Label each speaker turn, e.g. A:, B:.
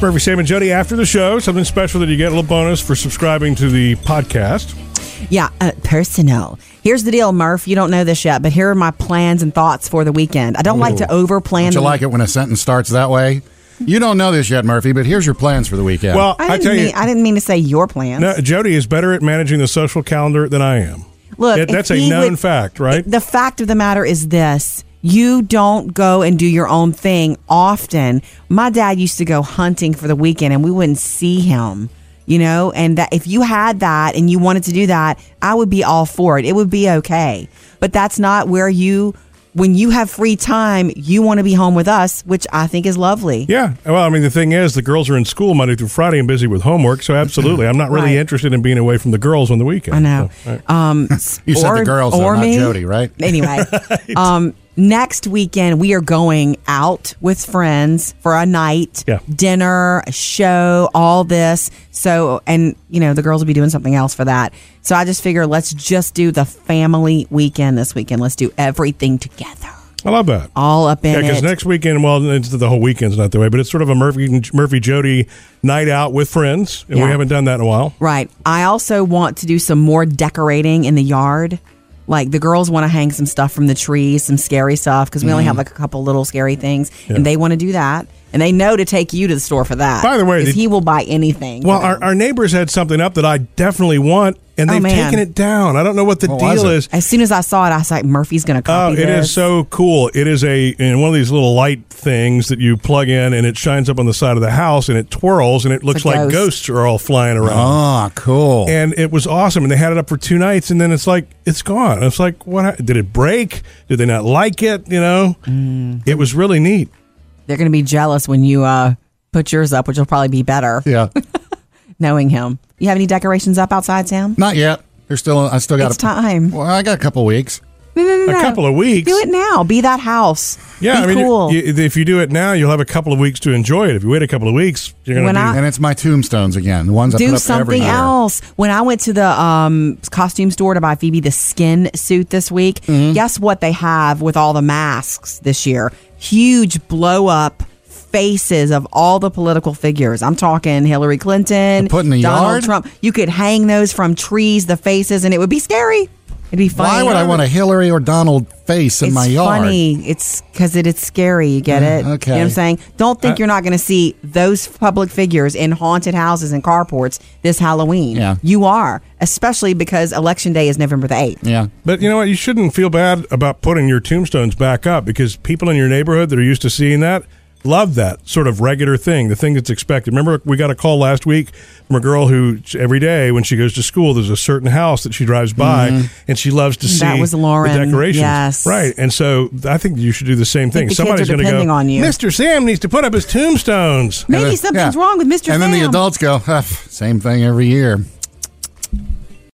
A: Murphy, Sam, and Jody after the show. Something special that you get, a little bonus for subscribing to the podcast.
B: Yeah, uh, personal. Here's the deal, Murph. You don't know this yet, but here are my plans and thoughts for the weekend. I don't like to over plan.
C: Don't you like it when a sentence starts that way? You don't know this yet, Murphy, but here's your plans for the weekend.
A: Well, I,
B: I didn't,
A: tell
B: mean,
A: you,
B: I didn't mean to say your plans.
A: no, Jody is better at managing the social calendar than I am.
B: Look,
A: That-
B: if
A: that's a
B: he
A: known
B: would-
A: fact, right?
B: The fact of the matter is this. You don't go and do your own thing often. My dad used to go hunting for the weekend and we wouldn't see him, you know, and that if you had that and you wanted to do that, I would be all for it. It would be okay. But that's not where you when you have free time, you want to be home with us, which I think is lovely.
A: Yeah. Well, I mean, the thing is, the girls are in school Monday through Friday and busy with homework, so absolutely, I'm not really
B: Right.
A: interested in being away from the girls on the weekend.
B: I know.
A: So, Oh, right.
B: Um,
C: You said
B: or,
C: the girls, though,
B: or
C: not
B: me.
C: Jody, right?
B: Anyway, um, next weekend we are going out with friends for a night,
A: Yeah.
B: dinner, a show, all this. So, and you know, the girls will be doing something else for that. So I just figure let's just do the family weekend this weekend. Let's do everything together,
A: I love that.
B: all up in
A: Yeah, because
B: it.
A: next weekend, well, it's, the whole weekend's not the way, but it's sort of a Murphy Murphy Jody night out with friends, and
B: Yeah.
A: we haven't done that in a while.
B: Right. I also want to do some more decorating in the yard. Like the girls want to hang some stuff from the trees, some scary stuff, because we only have like a couple little scary things,
A: Mm-hmm. Yeah.
B: and they want to do that. And they know to take you to the store for that.
A: By the way,
B: 'cause
A: did-
B: he will buy anything. for
A: Well,
B: them.
A: our, our neighbors had something up that I definitely want, and
B: Oh,
A: they've
B: man.
A: taken it down. I don't know what the
C: What was
A: deal
C: it?
A: is.
B: as soon as I saw it, I was like, "Murphy's going to
A: Oh,
B: copy
A: it
B: this."
A: is so cool. It is a in one of these little light things that you plug in, and it shines up on the side of the house, and it twirls, and it looks
B: a
A: like
B: ghost. Uh-huh.
A: ghosts are all flying around.
C: Ah, cool.
A: And it was awesome, and they had it up for two nights, and then it's like it's gone. And It's like what ha- did it break? Did they not like it? You know,
B: Mm.
A: it was really neat.
B: They're going to be jealous when you uh, put yours up, which will probably be better,
C: yeah,
B: knowing him. You have any decorations up outside, Sam?
C: not yet. There's still. I still got
B: It's
C: a,
B: time.
C: Well, I got a couple weeks.
B: No, no, no,
A: A
B: no.
A: couple of weeks.
B: Do it now. Be that house.
A: Yeah,
B: Be
A: I mean, you-
B: cool.
A: you- if you do it now, you'll have a couple of weeks to enjoy it. If you wait a couple of weeks, you're gonna
B: When
A: be
B: I-
C: And it's my tombstones again. The ones I put
B: Ah. do
C: up every
B: something
C: year.
B: else. When I went to the um, costume store to buy Phoebe the skin suit this week,
C: Mm-hmm.
B: guess what they have with all the masks this year? Huge blow up faces of all the political figures. I'm talking Hillary Clinton,
C: put in the
B: Donald
C: yard?
B: Trump. You could hang those from trees, the faces, and it would be scary. It'd be funny.
C: Why would I want a Hillary or Donald face in
B: It's
C: my yard? Mm,
B: funny. It's because it, it's scary. You get it?
C: okay. Uh,
B: You know what I'm saying? Don't think
A: I-
B: you're not going to see those public figures in haunted houses and carports this Halloween.
C: Yeah.
B: You are, especially because Election Day is November the 8th.
C: Yeah.
A: But you know what? You shouldn't feel bad about putting your tombstones back up because people in your neighborhood that are used to seeing that love that sort of regular thing, the thing that's expected. Remember, we got a call last week from a girl who every day when she goes to school, there's a certain house that she drives by and she loves to see
B: Mm-hmm. That was Lauren.
A: the decorations.
B: Yes.
A: Right. And so I think you should do the same thing.
B: the kids
A: Somebody's
B: are
A: going to go,
B: depending on you.
A: Mr. Sam needs to put up his tombstones.
B: Maybe
C: And then-
B: something's
C: Uh, yeah.
B: wrong with Mr.
C: And then the
B: Sam.
C: adults go, "Ugh, same thing every year.